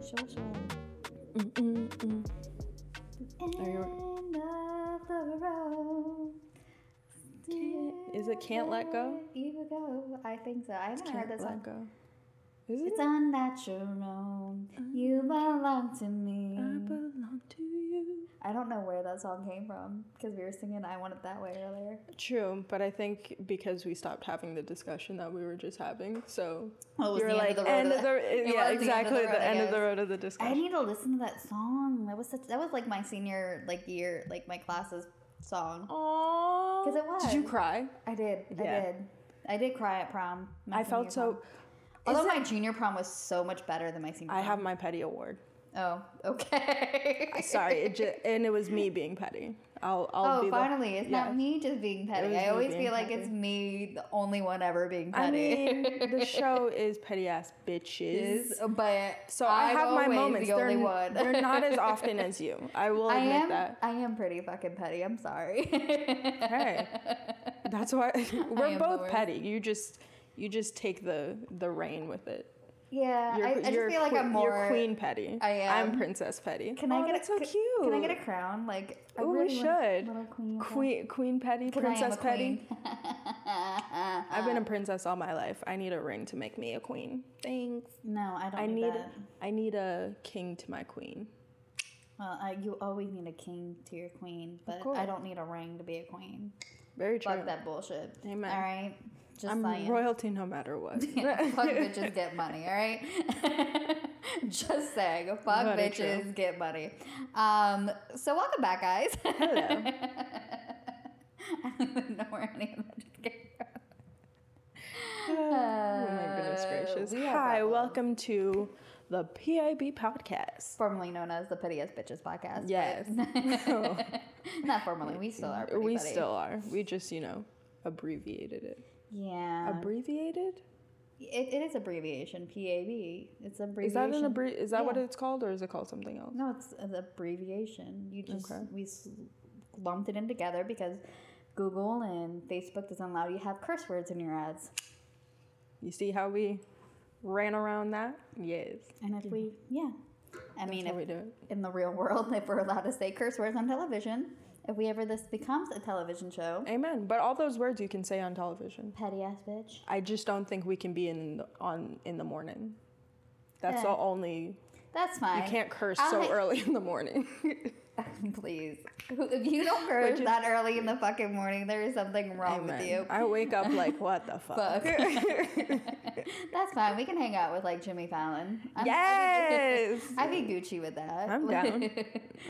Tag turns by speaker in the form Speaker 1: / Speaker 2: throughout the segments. Speaker 1: 小丑。
Speaker 2: Mm, mm, mm. Are you-
Speaker 1: End of the road.
Speaker 2: Can't- is it Can't Let Go?
Speaker 1: You go. I think so. I haven't heard
Speaker 2: Can't
Speaker 1: this
Speaker 2: let
Speaker 1: one.
Speaker 2: go. Is it?
Speaker 1: It's unnatural. You belong to me.
Speaker 2: I belong to you.
Speaker 1: I don't know where that song came from because we were singing I Want It That Way earlier.
Speaker 2: True, but I think because we stopped having the discussion that we were just having, so
Speaker 1: Oh, it was
Speaker 2: you were
Speaker 1: the end
Speaker 2: like
Speaker 1: of the road
Speaker 2: end
Speaker 1: of the-
Speaker 2: of the
Speaker 1: It was the
Speaker 2: yeah
Speaker 1: end of the
Speaker 2: exactly
Speaker 1: road, I
Speaker 2: the end of the
Speaker 1: guess.
Speaker 2: road of the
Speaker 1: I
Speaker 2: discussion.
Speaker 1: need to listen to that song. That was such that was like my senior like year like my class's song.
Speaker 2: Aww,
Speaker 1: 'Cause it
Speaker 2: Did you
Speaker 1: was.
Speaker 2: cry?
Speaker 1: I did.
Speaker 2: Yeah.
Speaker 1: I did. I did cry at prom. my
Speaker 2: I
Speaker 1: senior
Speaker 2: felt so.
Speaker 1: prom. Although
Speaker 2: Is it-
Speaker 1: my junior prom was so much better than my senior.
Speaker 2: I have
Speaker 1: prom.
Speaker 2: my petty award.
Speaker 1: Oh, okay.
Speaker 2: Sorry, it ju- and it was me being petty. I'll I'll
Speaker 1: oh,
Speaker 2: be
Speaker 1: finally, it's
Speaker 2: yes.
Speaker 1: not me just being petty.
Speaker 2: was me
Speaker 1: I always
Speaker 2: being
Speaker 1: feel like
Speaker 2: petty.
Speaker 1: it's me, the only one ever being
Speaker 2: The, I
Speaker 1: petty.
Speaker 2: mean, the show is petty ass bitches.
Speaker 1: Is, but
Speaker 2: So I
Speaker 1: I'm
Speaker 2: have my
Speaker 1: always
Speaker 2: moments.
Speaker 1: The only
Speaker 2: they're,
Speaker 1: one.
Speaker 2: they're not as often as you. I will
Speaker 1: I
Speaker 2: admit
Speaker 1: am.
Speaker 2: that.
Speaker 1: I am pretty fucking petty. I'm sorry.
Speaker 2: Hey, that's why we're
Speaker 1: am the
Speaker 2: both
Speaker 1: worst.
Speaker 2: petty. You just you just take the the reign with it.
Speaker 1: yeah,
Speaker 2: You're,
Speaker 1: Uh, I, I just
Speaker 2: you're
Speaker 1: feel like
Speaker 2: que-
Speaker 1: I'm more.
Speaker 2: You're queen petty.
Speaker 1: I am.
Speaker 2: I'm princess petty.
Speaker 1: Can
Speaker 2: oh,
Speaker 1: I get
Speaker 2: that's
Speaker 1: a,
Speaker 2: so
Speaker 1: c-
Speaker 2: cute?
Speaker 1: Can I get a crown? Like, I
Speaker 2: Oh, we
Speaker 1: really want a
Speaker 2: should.
Speaker 1: Little queen.
Speaker 2: queen queen petty?
Speaker 1: I am a
Speaker 2: Princess petty.
Speaker 1: queen. Uh,
Speaker 2: I've been a princess all my life. I need a ring to make me a queen. Thanks.
Speaker 1: No, I don't.
Speaker 2: I need
Speaker 1: That.
Speaker 2: I need a king to my queen.
Speaker 1: Well, Uh, I, you always need a king to your queen, but
Speaker 2: course.
Speaker 1: I don't need a ring to be a queen.
Speaker 2: Very true.
Speaker 1: Fuck that bullshit.
Speaker 2: Amen.
Speaker 1: All right, just
Speaker 2: I'm
Speaker 1: saying.
Speaker 2: royalty no matter what.
Speaker 1: fuck bitches get money. All right. just saying, fuck
Speaker 2: Very
Speaker 1: bitches get money. Um. So welcome back, guys.
Speaker 2: Hello.
Speaker 1: I don't even know where any of that came from.
Speaker 2: Oh my goodness gracious.
Speaker 1: Uh, we have
Speaker 2: Hi,
Speaker 1: problems.
Speaker 2: welcome to the PIB podcast.
Speaker 1: Formerly known as the Petty As Bitches podcast. but
Speaker 2: Yes. Oh
Speaker 1: Not formerly. We still are. pretty
Speaker 2: we
Speaker 1: petty.
Speaker 2: still are. We just, you know, abbreviated it.
Speaker 1: Yeah.
Speaker 2: Abbreviated?
Speaker 1: It, it is abbreviation, PAB. It's abbreviation.
Speaker 2: Is that an abbre- is that what
Speaker 1: Yeah.
Speaker 2: it's called or is it called something else?
Speaker 1: No, it's an abbreviation. You just
Speaker 2: Okay.
Speaker 1: we s- lumped it in together because Google and Facebook doesn't allow you to have curse words in your ads.
Speaker 2: You see how we ran around that? Yes.
Speaker 1: And if we, yeah, I mean,
Speaker 2: That's how
Speaker 1: if,
Speaker 2: we do it.
Speaker 1: in the real world, if we're allowed to say curse words on television, if we ever this becomes a television show,
Speaker 2: Amen. But all those words you can say on television.
Speaker 1: petty ass bitch.
Speaker 2: I just don't think we can be in the, on in the morning. That's
Speaker 1: Eh.
Speaker 2: the only
Speaker 1: That's fine.
Speaker 2: you can't curse
Speaker 1: I'll
Speaker 2: so
Speaker 1: ha-
Speaker 2: early in the morning.
Speaker 1: Please, if you don't curse
Speaker 2: is-
Speaker 1: that early in the fucking morning, there is something wrong with
Speaker 2: Amen.
Speaker 1: you.
Speaker 2: I wake up like what the fuck?
Speaker 1: Fuck. That's fine. We can hang out with like Jimmy Fallon. I'm,
Speaker 2: Yes!
Speaker 1: I'd be Gucci with that.
Speaker 2: I'm down.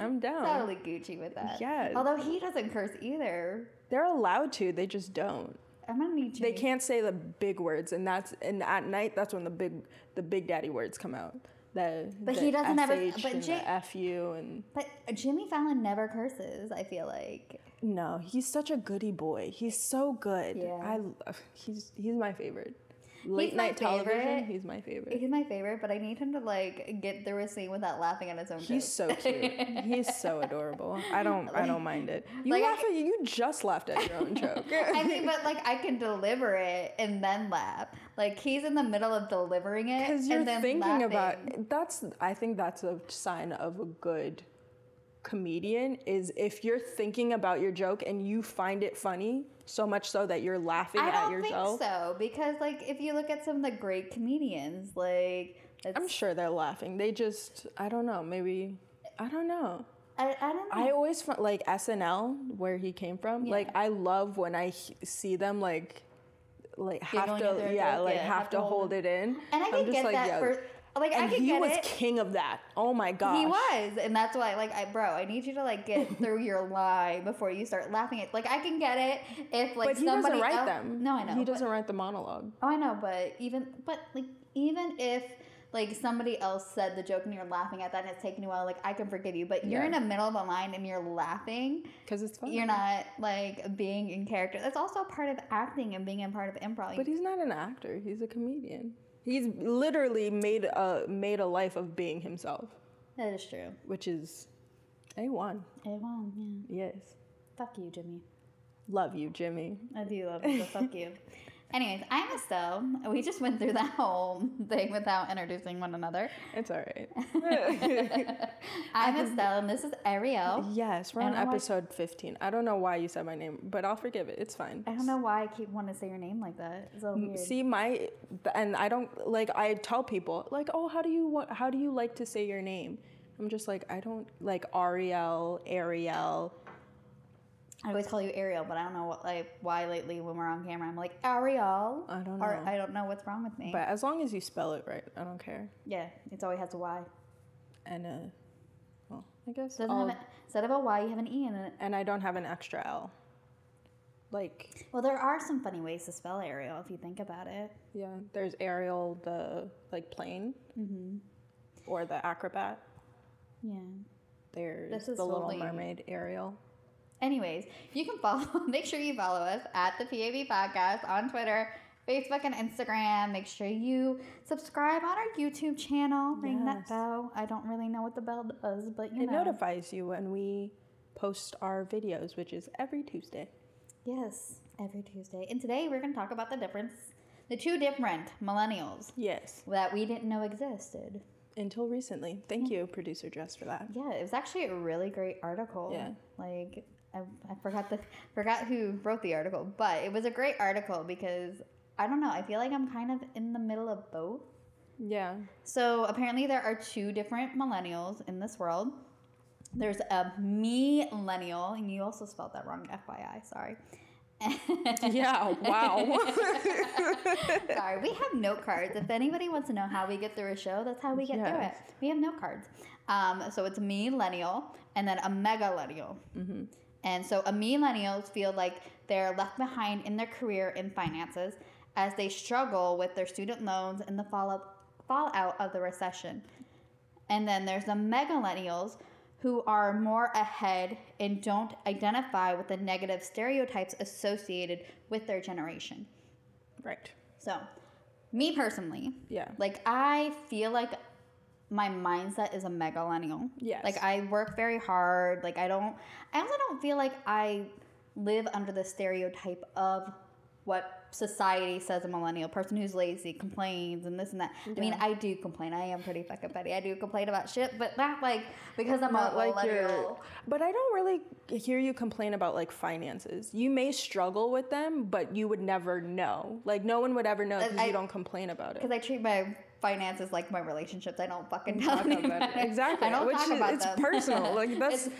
Speaker 2: I'm down.
Speaker 1: totally Gucci with that.
Speaker 2: Yes.
Speaker 1: Although he doesn't curse either.
Speaker 2: They're allowed to. They just don't.
Speaker 1: I'm gonna need Jimmy.
Speaker 2: They can't say the big words, and that's and at night that's when the big the big daddy words come out. The
Speaker 1: But
Speaker 2: the
Speaker 1: he doesn't ever-
Speaker 2: SH
Speaker 1: but
Speaker 2: and
Speaker 1: Jay-
Speaker 2: the fu and
Speaker 1: But Jimmy Fallon never curses. I feel like
Speaker 2: no, he's such a goody boy. He's so good.
Speaker 1: Yeah.
Speaker 2: I l- he's he's my favorite. Late
Speaker 1: my
Speaker 2: night television.
Speaker 1: favorite.
Speaker 2: He's my favorite.
Speaker 1: he's my favorite. But I need him to like get through a scene without laughing at his own.
Speaker 2: He's
Speaker 1: jokes.
Speaker 2: so cute. He's so adorable. I don't I don't mind it. You
Speaker 1: like, I
Speaker 2: laugh at you just laughed at your own joke.
Speaker 1: I mean, but like I can deliver it and then laugh. Like he's in the middle of delivering it
Speaker 2: Because you're
Speaker 1: and then
Speaker 2: thinking
Speaker 1: laughing.
Speaker 2: about that's I think that's a sign of a good comedian is if you're thinking about your joke and you find it funny so much so that you're laughing
Speaker 1: I
Speaker 2: at
Speaker 1: don't
Speaker 2: yourself.
Speaker 1: think so because like if you look at some of the great comedians, like that's,
Speaker 2: I'm sure they're laughing. They just I don't know, maybe I don't know.
Speaker 1: I, I don't know.
Speaker 2: I always find like SNL where he came from.
Speaker 1: Yeah.
Speaker 2: Like I love when I he- see them like like have
Speaker 1: Giggling at
Speaker 2: to
Speaker 1: their
Speaker 2: yeah
Speaker 1: joke,
Speaker 2: like
Speaker 1: yeah,
Speaker 2: have, to hold it in.
Speaker 1: and I can get that
Speaker 2: yo.
Speaker 1: for like I
Speaker 2: and
Speaker 1: can
Speaker 2: he
Speaker 1: get
Speaker 2: was
Speaker 1: it.
Speaker 2: king of that. Oh my gosh.
Speaker 1: He was, and that's why, like, I bro, I need you to like get through your lie before you start laughing at. Like, I can get it if like
Speaker 2: But he
Speaker 1: somebody
Speaker 2: doesn't write
Speaker 1: else-
Speaker 2: them.
Speaker 1: No, I know.
Speaker 2: He
Speaker 1: but-
Speaker 2: doesn't write the monologue.
Speaker 1: Oh, I know, but even but like even if like somebody else said the joke and you're laughing at that and it's taking you a while, like I can forgive you, but you're
Speaker 2: Yeah.
Speaker 1: in the middle of a line and you're laughing.
Speaker 2: Because it's funny.
Speaker 1: You're not like being in character. That's also part of acting and being a part of improv.
Speaker 2: But he's not an actor. He's a comedian. He's literally made a made a life of being himself,
Speaker 1: that is true.
Speaker 2: which is a one.
Speaker 1: I won,
Speaker 2: Yes,
Speaker 1: yeah. Fuck you, Jimmy.
Speaker 2: love you, Jimmy.
Speaker 1: I do love you, but fuck you. Anyways, I'm Estelle. We just went through that whole thing without introducing one another.
Speaker 2: It's all right.
Speaker 1: I'm Estelle, and this is Ariel.
Speaker 2: yes, we're
Speaker 1: I
Speaker 2: on
Speaker 1: don't know why-
Speaker 2: episode 15. I don't know why you said my name, but I'll forgive it. It's fine.
Speaker 1: I don't know why I keep wanting to say your name like that. It's so weird.
Speaker 2: Mm, See my and I don't like I tell people like oh how do you wa- how do you like to say your name? I'm just like I don't like Ariel, Ariel.
Speaker 1: I always call you Ariel, but I don't know what, like why lately when we're on camera I'm like Ariel.
Speaker 2: I don't
Speaker 1: Or
Speaker 2: know.
Speaker 1: I don't know what's wrong with me.
Speaker 2: But as long as you spell it right, I don't care.
Speaker 1: yeah, it's always has a Y.
Speaker 2: And uh well, I guess
Speaker 1: Doesn't
Speaker 2: all-
Speaker 1: have a, instead of a Y, you have an E in it.
Speaker 2: and I don't have an extra L. Like
Speaker 1: Well, there are some funny ways to spell Ariel if you think about it.
Speaker 2: yeah, there's Ariel the like plane
Speaker 1: Mm-hmm.
Speaker 2: or the acrobat.
Speaker 1: Yeah.
Speaker 2: There's
Speaker 1: This
Speaker 2: the
Speaker 1: is
Speaker 2: Little
Speaker 1: totally-
Speaker 2: Mermaid Ariel.
Speaker 1: Anyways, you can follow, make sure you follow us at the PAB Podcast on Twitter, Facebook, and Instagram. Make sure you subscribe on our YouTube channel. Ring that
Speaker 2: Yes.
Speaker 1: bell. I don't really know what the bell does, but you
Speaker 2: It
Speaker 1: know.
Speaker 2: notifies you when we post our videos, which is every Tuesday.
Speaker 1: yes, every Tuesday. And today we're going to talk about the difference, the two different millennials
Speaker 2: Yes.
Speaker 1: that we didn't know existed.
Speaker 2: Until recently. Thank you, producer Jess, for that.
Speaker 1: Yeah, it was actually a really great article.
Speaker 2: Yeah.
Speaker 1: Like I, I forgot the forgot who wrote the article, but it was a great article because I don't know, I feel like I'm kind of in the middle of both.
Speaker 2: Yeah.
Speaker 1: So apparently there are two different millennials in this world. There's a millennial, and you also spelled that wrong, FYI, sorry.
Speaker 2: Yeah. Wow.
Speaker 1: Sorry, we have note cards. If anybody wants to know how we get through a show, that's how we get through it.
Speaker 2: Yes.
Speaker 1: We have note cards. Um, so it's millennial and then a megallennial.
Speaker 2: Mhm.
Speaker 1: And so a millennials feel like they're left behind in their career and finances as they struggle with their student loans and the follow- fallout of the recession. And then there's the megalennials who are more ahead and don't identify with the negative stereotypes associated with their generation.
Speaker 2: right.
Speaker 1: So, me personally,
Speaker 2: Yeah.
Speaker 1: like I feel like my mindset is a megalennial.
Speaker 2: Yes.
Speaker 1: Like I work very hard. Like I don't I also don't feel like I live under the stereotype of what society says a millennial person who's lazy complains and this and that. I mean,
Speaker 2: Yeah.
Speaker 1: I do complain. I am pretty fucking petty. I do complain about shit, but not like because I'm
Speaker 2: Not
Speaker 1: a
Speaker 2: like
Speaker 1: millennial.
Speaker 2: you're. But I don't really hear you complain about like finances. You may struggle with them, but you would never know. Like no one would ever know because
Speaker 1: I-
Speaker 2: you don't complain about it.
Speaker 1: Because I treat my finances like my relationships. I don't fucking talk
Speaker 2: Talk about it. Exactly.
Speaker 1: I don't
Speaker 2: Which
Speaker 1: talk
Speaker 2: is,
Speaker 1: about
Speaker 2: it's
Speaker 1: them.
Speaker 2: personal. Like that's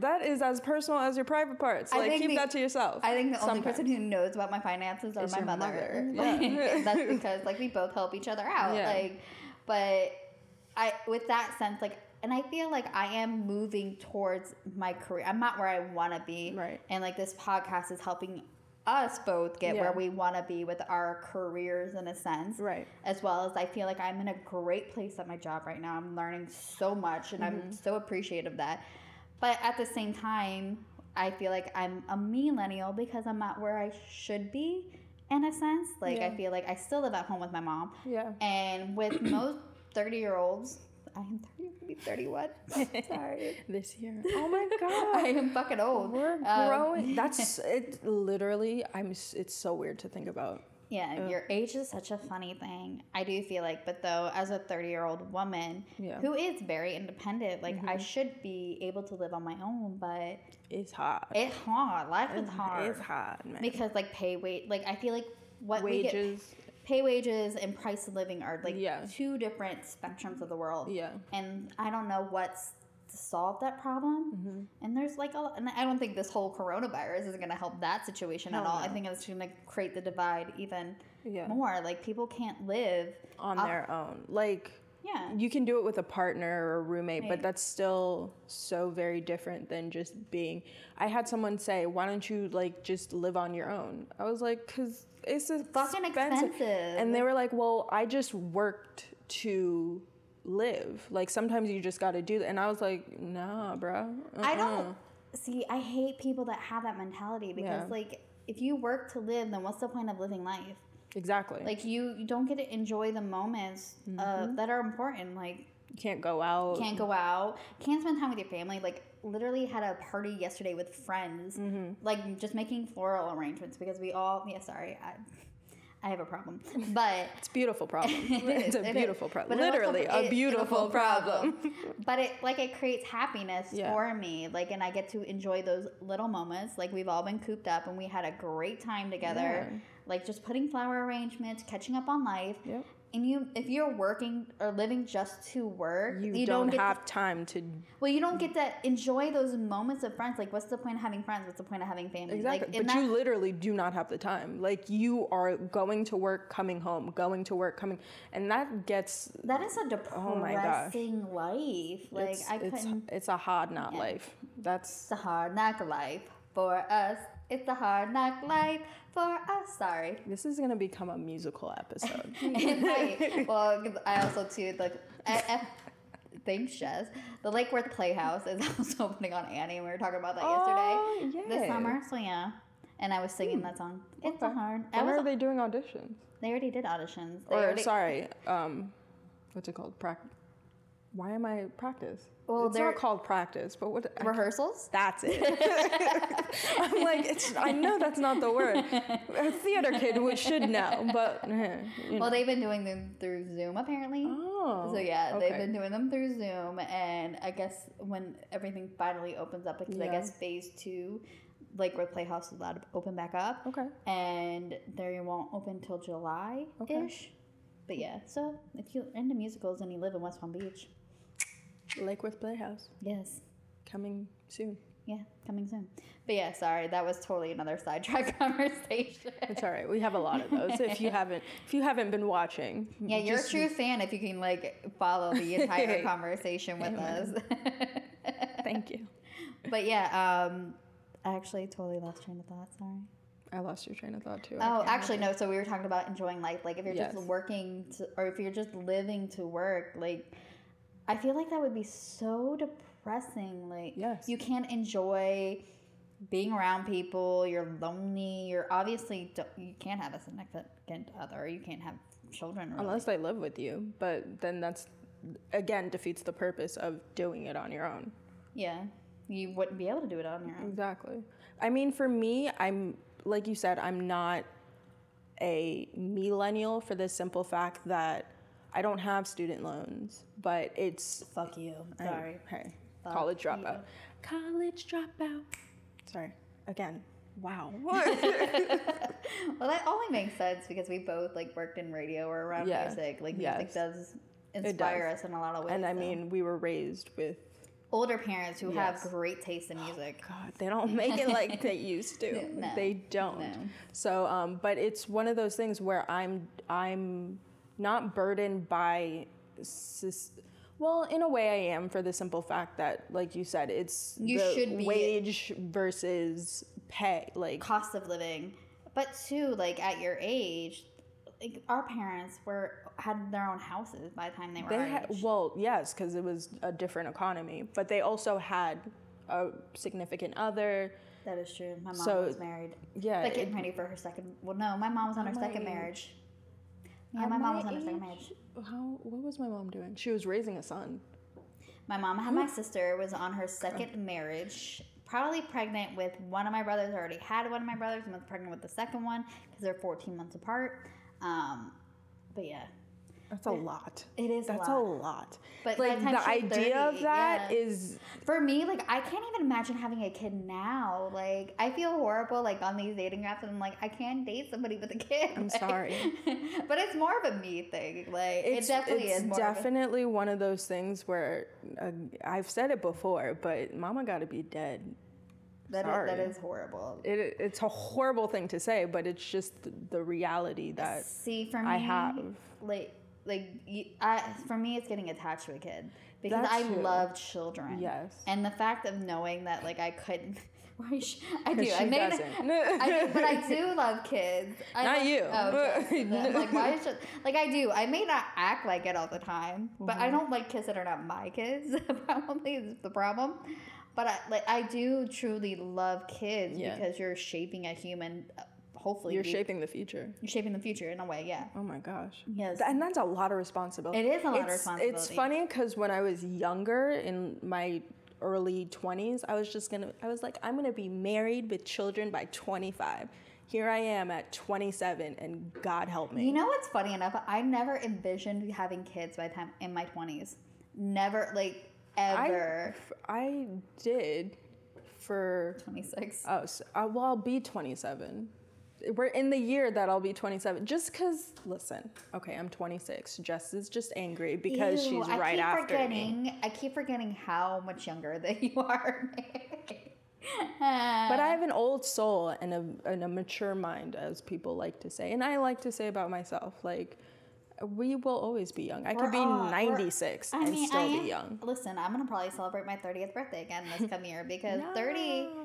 Speaker 2: that is as personal as your private parts.
Speaker 1: I
Speaker 2: Like
Speaker 1: think
Speaker 2: keep
Speaker 1: the-
Speaker 2: that to yourself.
Speaker 1: I think the only
Speaker 2: Sometimes.
Speaker 1: person who knows about my finances are
Speaker 2: Is
Speaker 1: my
Speaker 2: your
Speaker 1: mother.
Speaker 2: mother. Yeah.
Speaker 1: Like, that's because like we both help each other out.
Speaker 2: Yeah.
Speaker 1: Like, but I with that sense like, and I feel like I am moving towards my career. I'm not where I want to be.
Speaker 2: Right.
Speaker 1: And like this podcast is helping us both get
Speaker 2: Yeah.
Speaker 1: where we want to be with our careers in a sense.
Speaker 2: Right.
Speaker 1: As well as I feel like I'm in a great place at my job right now. I'm learning so much and I'm so appreciative of that. But at the same time, I feel like I'm a millennial because I'm not where I should be in a sense. Like I
Speaker 2: Yeah.
Speaker 1: feel like I still live at home with my mom.
Speaker 2: Yeah.
Speaker 1: And with most 30 year olds, I am 30, I'm gonna be 31. Sorry.
Speaker 2: This year. Oh my god.
Speaker 1: I am fucking old.
Speaker 2: We're
Speaker 1: Um,
Speaker 2: growing. That's it. Literally, I'm. s- It's so weird to think about.
Speaker 1: Yeah,
Speaker 2: Uh,
Speaker 1: your age is such a funny thing. I do feel like, but though, as a 30 year old woman
Speaker 2: Yeah. Mm-hmm.
Speaker 1: who is very independent, like I should be able to live on my own, but
Speaker 2: It's hard.
Speaker 1: it's hard. Life is hard.
Speaker 2: It's Uh, hard, man.
Speaker 1: because like pay wait like I feel like what we
Speaker 2: Wages.
Speaker 1: get pay wages and price of living are like
Speaker 2: Yeah.
Speaker 1: two different spectrums of the world.
Speaker 2: Yeah.
Speaker 1: And I don't know what's to solve that problem.
Speaker 2: Mm-hmm.
Speaker 1: And there's like a and I don't think this whole coronavirus is going to help that situation at
Speaker 2: Hell
Speaker 1: all. I
Speaker 2: no.
Speaker 1: think it's going to create the divide even
Speaker 2: Yeah.
Speaker 1: more. Like people can't live
Speaker 2: On
Speaker 1: off-
Speaker 2: their own. Like
Speaker 1: Yeah.
Speaker 2: you can do it with a partner or a roommate,
Speaker 1: Right.
Speaker 2: but that's still so very different than just being. I had someone say, "Why don't you like just live on your own?" I was like, "Cause it's
Speaker 1: Fucking expensive.
Speaker 2: And they were like, "Well, I just worked to." live like sometimes you just got to do that and i was like nah bruh
Speaker 1: I
Speaker 2: uh-uh."
Speaker 1: don't see. I hate people that have that mentality because,
Speaker 2: Yeah.
Speaker 1: like, if you work to live, then what's the point of living life?
Speaker 2: exactly
Speaker 1: Like, you, you don't get to enjoy the moments
Speaker 2: Mm-hmm.
Speaker 1: uh, that are important. Like,
Speaker 2: You can't go out.
Speaker 1: can't go out, can't spend time with your family. Like, literally had a party yesterday
Speaker 2: Mm-hmm.
Speaker 1: with friends, like just making floral arrangements because we all. Yeah, sorry. I, I have a problem. But
Speaker 2: It's a beautiful problem.
Speaker 1: It
Speaker 2: it's
Speaker 1: is,
Speaker 2: a
Speaker 1: it is.
Speaker 2: beautiful problem.
Speaker 1: But it also-
Speaker 2: Literally,
Speaker 1: it-
Speaker 2: a beautiful problem.
Speaker 1: but it like it creates happiness
Speaker 2: Yeah.
Speaker 1: for me. Like and I get to enjoy those little moments. Like we've all been cooped up and we had a great time together.
Speaker 2: Yeah.
Speaker 1: Like just putting flower arrangements, catching up on life.
Speaker 2: Yep.
Speaker 1: And you if you're working or living just to work,
Speaker 2: You, don't,
Speaker 1: get to-
Speaker 2: have time to
Speaker 1: well, you don't get to enjoy those moments of friends. Like what's the point of having friends? What's the point of having family?
Speaker 2: exactly.
Speaker 1: Like and
Speaker 2: but you
Speaker 1: that-
Speaker 2: literally do not have the time. Like you are going to work, coming home, going to work, coming, and that gets
Speaker 1: that is a
Speaker 2: Oh my gosh.
Speaker 1: depressing life. Like
Speaker 2: it's,
Speaker 1: I
Speaker 2: it's,
Speaker 1: couldn't
Speaker 2: it's a hard not
Speaker 1: Yeah.
Speaker 2: life. That's
Speaker 1: It's a hard knock life for us. It's a hard knock life for us. Sorry.
Speaker 2: this is gonna become a musical episode.
Speaker 1: right. Well, 'cause I also too like. I, I, thanks, Jess. The Lake Worth Playhouse is also opening on Annie, and we were talking about that
Speaker 2: Oh,
Speaker 1: yesterday this
Speaker 2: yay.
Speaker 1: summer. So yeah. And I was singing that song. It's a
Speaker 2: Okay.
Speaker 1: hard. I
Speaker 2: When
Speaker 1: was,
Speaker 2: are they doing auditions?
Speaker 1: they already did auditions. They
Speaker 2: Or
Speaker 1: already,
Speaker 2: sorry, um, what's it called? Practice. Why am I practice?
Speaker 1: Well,
Speaker 2: it's
Speaker 1: they're-
Speaker 2: not called practice, but what? I
Speaker 1: rehearsals.
Speaker 2: That's it. I'm like, it's, I know that's not the word. A theater kid would, should know, but. eh, you
Speaker 1: Well,
Speaker 2: know.
Speaker 1: they've been doing them through Zoom apparently.
Speaker 2: oh,
Speaker 1: So yeah, they've
Speaker 2: okay.
Speaker 1: been doing them through Zoom, and I guess when everything finally opens up, because I
Speaker 2: Yeah.
Speaker 1: guess phase two, like where Playhouse is allowed to open back up,
Speaker 2: Oh, Okay.
Speaker 1: and they won't open till July ish. But yeah, so if you're into musicals and you live in West Palm Beach,
Speaker 2: Lakeworth Playhouse
Speaker 1: yes,
Speaker 2: coming soon.
Speaker 1: yeah, coming soon. But yeah, sorry, that was totally another sidetrack conversation.
Speaker 2: It's all right. We have a lot of those. If you haven't, if you haven't been watching,
Speaker 1: Yeah, you're
Speaker 2: Mm, just-
Speaker 1: a true fan if you can like follow the entire conversation with us.
Speaker 2: Thank you.
Speaker 1: but yeah, um, I actually totally lost train of thought. Sorry.
Speaker 2: I lost your train of thought too. I
Speaker 1: Oh,
Speaker 2: can't
Speaker 1: actually, no. So we were talking about enjoying life. Like if you're
Speaker 2: Yes.
Speaker 1: just working to, or if you're just living to work, like I feel like that would be so depressing. Like
Speaker 2: Yes.
Speaker 1: you can't enjoy being around people. You're lonely. You're obviously don't, you can't have a significant other. You can't have children. Really.
Speaker 2: Unless they live with you, but then that's again defeats the purpose of doing it on your own.
Speaker 1: yeah, you wouldn't be able to do it on your own.
Speaker 2: Exactly. I mean, for me, I'm like you said, I'm not a millennial for the simple fact that I don't have student loans, but it's
Speaker 1: Fuck you.
Speaker 2: I-
Speaker 1: Sorry.
Speaker 2: hey,
Speaker 1: Fuck
Speaker 2: college
Speaker 1: you.
Speaker 2: dropout. College dropout. Sorry. Again. Wow.
Speaker 1: Well, that only makes sense because we both like worked in radio or around
Speaker 2: Yeah.
Speaker 1: music. Like music
Speaker 2: Yes.
Speaker 1: does
Speaker 2: does.
Speaker 1: inspire us in a lot of ways.
Speaker 2: and I
Speaker 1: so.
Speaker 2: mean, we were raised with
Speaker 1: older parents who
Speaker 2: Yes.
Speaker 1: have great taste in music.
Speaker 2: God, they don't make it like they used to.
Speaker 1: No,
Speaker 2: they don't.
Speaker 1: no.
Speaker 2: So, um, but it's one of those things where I'm I'm not burdened by, sis- well, in a way I am for the simple fact that, like you said, it's
Speaker 1: You
Speaker 2: the
Speaker 1: should be-
Speaker 2: wage versus pay. Like
Speaker 1: Cost of living, but too like at your age, like our parents were had their own houses by the time they were our
Speaker 2: they had,
Speaker 1: age.
Speaker 2: well, yes, because it was a different economy, but they also had a significant other.
Speaker 1: that is true. My mom
Speaker 2: So,
Speaker 1: was married,
Speaker 2: Yeah,
Speaker 1: like
Speaker 2: it-
Speaker 1: getting ready for her second. Well, no, my mom was on her
Speaker 2: At my
Speaker 1: second
Speaker 2: age.
Speaker 1: marriage. Yeah,
Speaker 2: At
Speaker 1: my mom
Speaker 2: my
Speaker 1: was on her second
Speaker 2: age?
Speaker 1: marriage.
Speaker 2: how what was my mom doing? She was raising a son.
Speaker 1: My mom had my sister was on her second marriage, probably pregnant with one of my brothers. Already had one of my brothers and was pregnant with the second one because they're 14 months apart. Um, but yeah,
Speaker 2: That's a lot.
Speaker 1: it is
Speaker 2: That's
Speaker 1: a lot.
Speaker 2: a lot.
Speaker 1: But by
Speaker 2: like
Speaker 1: the
Speaker 2: the,
Speaker 1: time she was 30,
Speaker 2: idea of that
Speaker 1: yeah.
Speaker 2: is
Speaker 1: For me, like I can't even imagine having a kid now. Like I feel horrible, like on these dating apps, and I'm like I can't date somebody with a kid.
Speaker 2: I'm
Speaker 1: like-
Speaker 2: sorry.
Speaker 1: but it's more of a me thing. Like
Speaker 2: it's,
Speaker 1: it definitely
Speaker 2: it's
Speaker 1: is more. of a-
Speaker 2: definitely one of those things where uh, I've said it before, but mama got to be dead.
Speaker 1: that, is,
Speaker 2: sorry.
Speaker 1: that is horrible.
Speaker 2: It, it's a horrible thing to say, but it's just the, the reality that
Speaker 1: See, for me,
Speaker 2: I have.
Speaker 1: like like y- I for me, it's getting attached to a kid because
Speaker 2: That
Speaker 1: I
Speaker 2: too.
Speaker 1: love children.
Speaker 2: Yes.
Speaker 1: and the fact of knowing that like I couldn't. Why sh- I do.
Speaker 2: She
Speaker 1: I made.
Speaker 2: doesn't.
Speaker 1: I do, but I do love kids. I
Speaker 2: Not
Speaker 1: love-
Speaker 2: you.
Speaker 1: Oh, okay. I'm like why is it- like I do. I may not act like it all the time, but I
Speaker 2: Mm-hmm.
Speaker 1: don't like kids that are not my kids. probably is the problem. But I like I do truly love kids
Speaker 2: Yeah.
Speaker 1: because you're shaping a human. uh, Hopefully,
Speaker 2: You're
Speaker 1: be-
Speaker 2: shaping the future.
Speaker 1: you're shaping the future in a way. Yeah.
Speaker 2: Oh my gosh.
Speaker 1: Yes.
Speaker 2: Th- And that's a lot of responsibility.
Speaker 1: It is a lot of
Speaker 2: It's- It's
Speaker 1: responsibility.
Speaker 2: funny because when I was younger, in my early 20s, I was just gonna, I was like, I'm gonna be married with children by 25. here I am at 27, and God help me.
Speaker 1: You know what's funny enough? I never envisioned having kids by the time in my 20s. Never, like,
Speaker 2: I,
Speaker 1: ever.
Speaker 2: I did for
Speaker 1: 26.
Speaker 2: Oh, so, uh, well, I'll be 27. We're in the year that I'll be 27. Just because, listen, okay, I'm 26. Jess is just angry because
Speaker 1: Ew,
Speaker 2: she's right after me.
Speaker 1: forgetting, I keep forgetting how much younger that you are. Um,
Speaker 2: But I have an old soul and a, and a mature mind, as people like to say. And I like to say about myself, like, we will always be young. I
Speaker 1: We're
Speaker 2: could be
Speaker 1: all- we're-
Speaker 2: 96
Speaker 1: I
Speaker 2: and
Speaker 1: mean,
Speaker 2: still
Speaker 1: I am-
Speaker 2: be young.
Speaker 1: Listen, I'm gonna probably celebrate my 30th birthday again this come year because 30,
Speaker 2: No.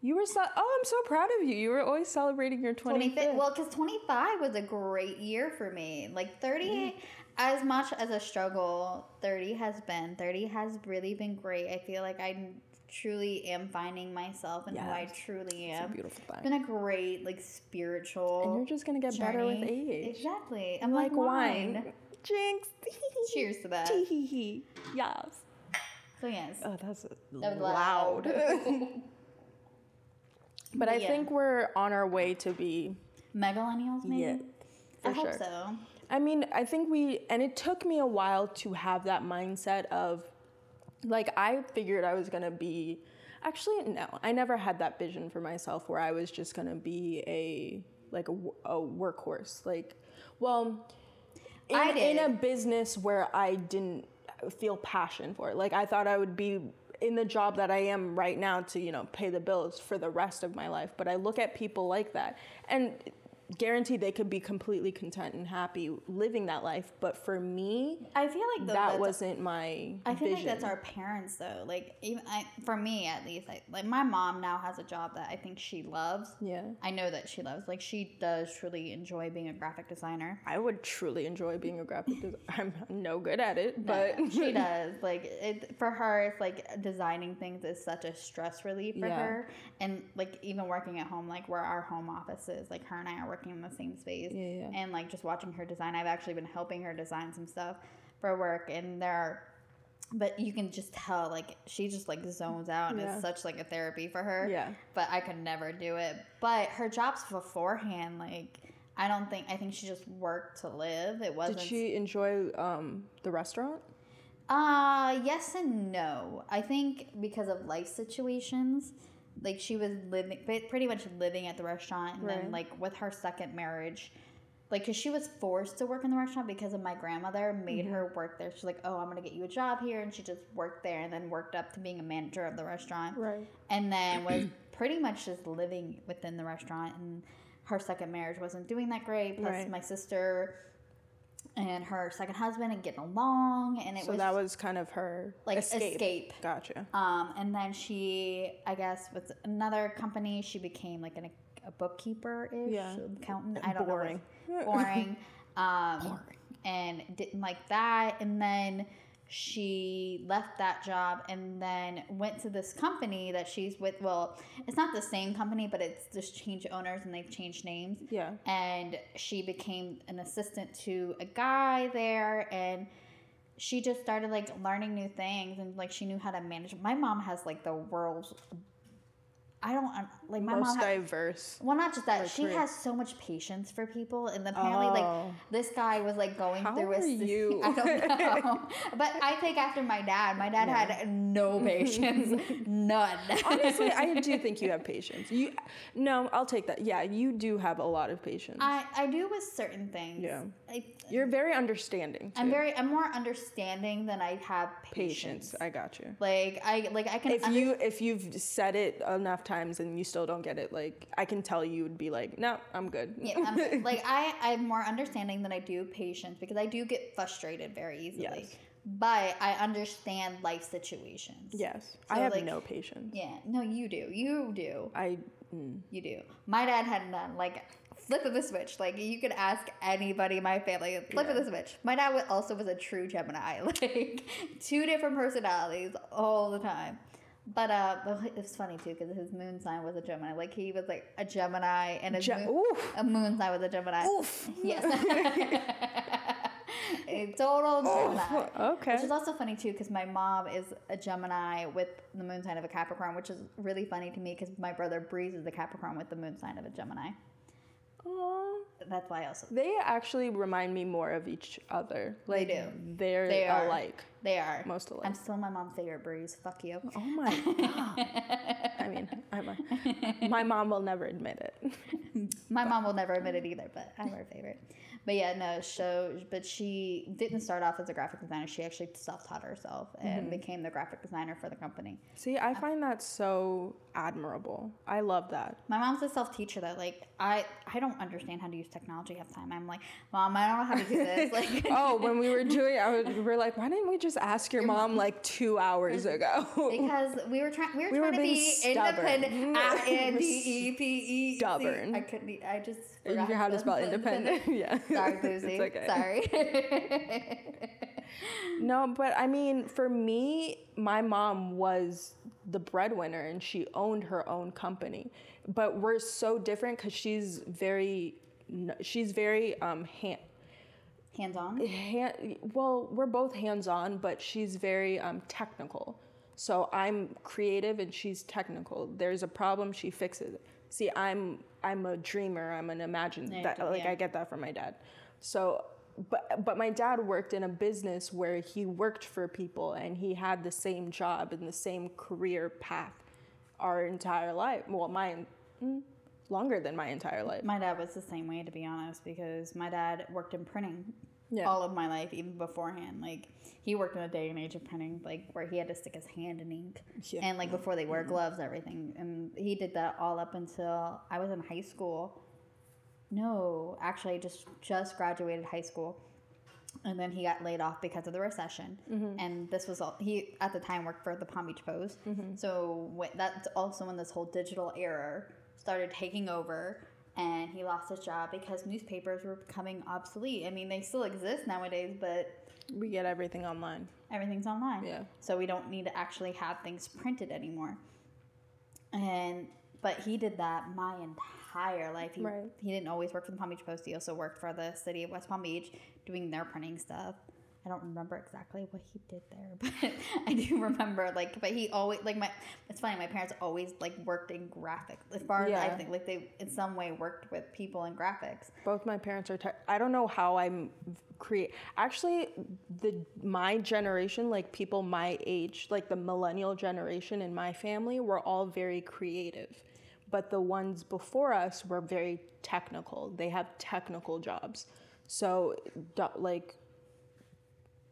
Speaker 2: You were so, oh, I'm so proud of you. You were always celebrating your 25th.
Speaker 1: 25th. Well, because 25 was a great year for me. Like 30,
Speaker 2: Mm-hmm.
Speaker 1: as much as a struggle 30 has been, 30 has really been great. I feel like I truly am finding myself and who I
Speaker 2: Yes.
Speaker 1: truly
Speaker 2: it's a
Speaker 1: am.
Speaker 2: beautiful thing.
Speaker 1: It's been a great, like, spiritual.
Speaker 2: and you're just going to get better with
Speaker 1: journey.
Speaker 2: age.
Speaker 1: Exactly. I'm like, wine.
Speaker 2: Jinx.
Speaker 1: Cheers to that.
Speaker 2: yes.
Speaker 1: So yes.
Speaker 2: Oh, that's
Speaker 1: That was
Speaker 2: loud. but I
Speaker 1: Yeah.
Speaker 2: think we're on our way to be.
Speaker 1: Megallennials, maybe.
Speaker 2: Yeah,
Speaker 1: I
Speaker 2: for
Speaker 1: hope
Speaker 2: sure.
Speaker 1: so.
Speaker 2: I mean, I think we, and it took me a while to have that mindset of, like, I figured I was gonna be. Actually, no, I never had that vision for myself where I was just gonna be a like a, wo- a workhorse. Like, well, in,
Speaker 1: I
Speaker 2: in a
Speaker 1: did.
Speaker 2: business where I didn't feel passion for it. Like, I thought I would be in the job that I am right now to you know pay the bills for the rest of my life. But I look at people like that and guarantee they could be completely content and happy living that life. But for me,
Speaker 1: I feel like though,
Speaker 2: that
Speaker 1: that's-
Speaker 2: wasn't my
Speaker 1: I feel
Speaker 2: vision.
Speaker 1: like that's our parents though. Like even I, for me at least, I, like my mom now has a job that I think she loves.
Speaker 2: yeah.
Speaker 1: I know that she loves. Like she does truly enjoy being a graphic designer.
Speaker 2: I would truly enjoy being a graphic designer. I'm no good at it, but
Speaker 1: No, she does like it, for her it's like designing things is such a stress relief for
Speaker 2: Yeah.
Speaker 1: her and like even working at home like where our home office is like her and i are working in the same space
Speaker 2: Yeah, yeah.
Speaker 1: and like just watching her design i've actually been helping her design some stuff for work and there are but you can just tell like she just like zones out and
Speaker 2: Yeah.
Speaker 1: it's such like a therapy for her
Speaker 2: yeah.
Speaker 1: but I could never do it. But her jobs beforehand, like I don't think I think she just worked to live. It wasn't
Speaker 2: Did she enjoy um, the restaurant?
Speaker 1: uh, yes and no. I think because of life situations, like she was living, pre- pretty much living at the restaurant, and
Speaker 2: Right.
Speaker 1: then like with her second marriage, like because she was forced to work in the restaurant because of my grandmother made
Speaker 2: Mm-hmm.
Speaker 1: her work there. She's like, oh, I'm gonna get you a job here, and she just worked there, and then worked up to being a manager of the restaurant,
Speaker 2: Right.
Speaker 1: and then was pretty much just living within the restaurant and her second marriage wasn't doing that great plus
Speaker 2: Right.
Speaker 1: my sister and her second husband and getting along and it
Speaker 2: so
Speaker 1: was
Speaker 2: that was kind of her
Speaker 1: like
Speaker 2: escape.
Speaker 1: escape,
Speaker 2: Gotcha.
Speaker 1: Um, and then she i guess with another company she became like an, a bookkeeper ish
Speaker 2: Yeah.
Speaker 1: accountant i don't
Speaker 2: Boring.
Speaker 1: know what- boring um, and didn't like that and then she left that job and then went to this company that she's with well it's not the same company but it's just changed owners and they've changed names
Speaker 2: Yeah.
Speaker 1: and she became an assistant to a guy there and she just started like learning new things and like she knew how to manage my mom has like the world's i don't like my
Speaker 2: Most
Speaker 1: mom ha-
Speaker 2: diverse.
Speaker 1: well not just that
Speaker 2: like,
Speaker 1: she
Speaker 2: career.
Speaker 1: has so much patience for people and apparently like
Speaker 2: Oh.
Speaker 1: this guy was like going
Speaker 2: How
Speaker 1: through a
Speaker 2: are
Speaker 1: s-
Speaker 2: you?
Speaker 1: i don't know but i take after my dad my dad had no patience none
Speaker 2: Honestly, I do think you have patience. You, no, I'll take that. Yeah, you do have a lot of patience.
Speaker 1: I, I do with certain things
Speaker 2: Yeah.
Speaker 1: I,
Speaker 2: You're very understanding.
Speaker 1: I'm
Speaker 2: too.
Speaker 1: very I'm more understanding than I have patience.
Speaker 2: patience. I got you.
Speaker 1: Like I like I can
Speaker 2: If
Speaker 1: under-
Speaker 2: you if you've said it enough times and you still don't get it, like I can tell you would be like, no, I'm good.
Speaker 1: yeah, I'm, like I I'm more understanding than I do patience because I do get frustrated very easily.
Speaker 2: Yes.
Speaker 1: But I understand life situations.
Speaker 2: yes, I
Speaker 1: So,
Speaker 2: have
Speaker 1: like-
Speaker 2: no patience.
Speaker 1: Yeah. No, you do. You do.
Speaker 2: I mm,
Speaker 1: You do. My dad had none. Like flip of the switch. Like you could ask anybody in my family. Flip of
Speaker 2: Yeah.
Speaker 1: the switch. My dad wa- also was a true Gemini. Like two different personalities all the time. But uh, but it was funny too because his moon sign was a Gemini. Like he was like a Gemini and a
Speaker 2: Ge-
Speaker 1: moon,
Speaker 2: oof.
Speaker 1: a moon sign was a Gemini.
Speaker 2: Oof.
Speaker 1: Yes. a total Gemini.
Speaker 2: Okay.
Speaker 1: Which is also funny too, because my mom is a Gemini with the moon sign of a Capricorn, which is really funny to me because my brother Breeze is a Capricorn with the moon sign of a Gemini.
Speaker 2: Aw.
Speaker 1: That's why I also
Speaker 2: They actually remind me more of each other.
Speaker 1: They
Speaker 2: Like
Speaker 1: do.
Speaker 2: They're
Speaker 1: They are.
Speaker 2: alike.
Speaker 1: they are.
Speaker 2: Most alike.
Speaker 1: I'm still my mom's favorite Breeze. Fuck you.
Speaker 2: Oh my god. I mean, I'm a, my mom will never admit it.
Speaker 1: My mom will never admit it either, but I'm her favorite. But yeah, no. So, but she didn't start off as a graphic designer. She actually self-taught herself and
Speaker 2: Mm-hmm.
Speaker 1: became the graphic designer for the company.
Speaker 2: See, I find that so admirable. I love that.
Speaker 1: My mom's a self teacher though. Like I, I don't understand how to use technology half the time. I'm like, mom, I don't know how to do this. Like,
Speaker 2: Oh, when we were doing, I was, we were like, why didn't we just ask your, mom, like two hours ago?
Speaker 1: because we were trying, we were
Speaker 2: We were
Speaker 1: trying to
Speaker 2: being
Speaker 1: be
Speaker 2: stubborn.
Speaker 1: independent.
Speaker 2: We
Speaker 1: I
Speaker 2: were
Speaker 1: N D E P E.
Speaker 2: stubborn.
Speaker 1: I couldn't. e- I just.
Speaker 2: You
Speaker 1: forgot
Speaker 2: how to spell independent? yeah.
Speaker 1: Sorry,
Speaker 2: It's
Speaker 1: Boozy.
Speaker 2: okay.
Speaker 1: Sorry.
Speaker 2: No, but I mean, for me, my mom was the breadwinner and she owned her own company. But we're so different because she's very, n- she's very um, hand,
Speaker 1: Hands on.
Speaker 2: hand. Well, we're both hands-on, but she's very um, technical. So I'm creative and she's technical. There's a problem, she fixes it. See, I'm I'm a dreamer. I'm an imagine
Speaker 1: Yeah,
Speaker 2: that like
Speaker 1: yeah.
Speaker 2: I get that from my dad. So. But, but my dad worked in a business where he worked for people and he had the same job and the same career path our entire life. Well, my mm, longer than my entire life.
Speaker 1: My dad was the same way, to be honest, because my dad worked in printing
Speaker 2: Yeah.
Speaker 1: all of my life, even beforehand. Like he worked in the day and age of printing, like where he had to stick his hand in ink,
Speaker 2: Yeah. Mm-hmm.
Speaker 1: and like before they wear gloves, everything. And he did that all up until I was in high school. No, actually, I just just graduated high school, and then he got laid off because of the recession.
Speaker 2: Mm-hmm.
Speaker 1: And this was all he at the time worked for the Palm Beach Post.
Speaker 2: Mm-hmm.
Speaker 1: So when, that's also when this whole digital era started taking over. And he lost his job because newspapers were becoming obsolete. I mean, they still exist nowadays, but
Speaker 2: We get everything online.
Speaker 1: everything's online.
Speaker 2: Yeah.
Speaker 1: So we don't need to actually have things printed anymore. And but he did that my entire life. He,
Speaker 2: Right.
Speaker 1: he didn't always work for the Palm Beach Post. He also worked for the city of West Palm Beach doing their printing stuff. I don't remember exactly what he did there, but I do remember like but he always like my it's funny, my parents always like worked in graphics. As far as I
Speaker 2: Yeah.
Speaker 1: think like they in some way worked with people in graphics.
Speaker 2: Both my parents are tech. I don't know how I'm create. Actually, the my generation, like people my age, like the millennial generation in my family, were all very creative, but the ones before us were very technical. They have technical jobs, so do- like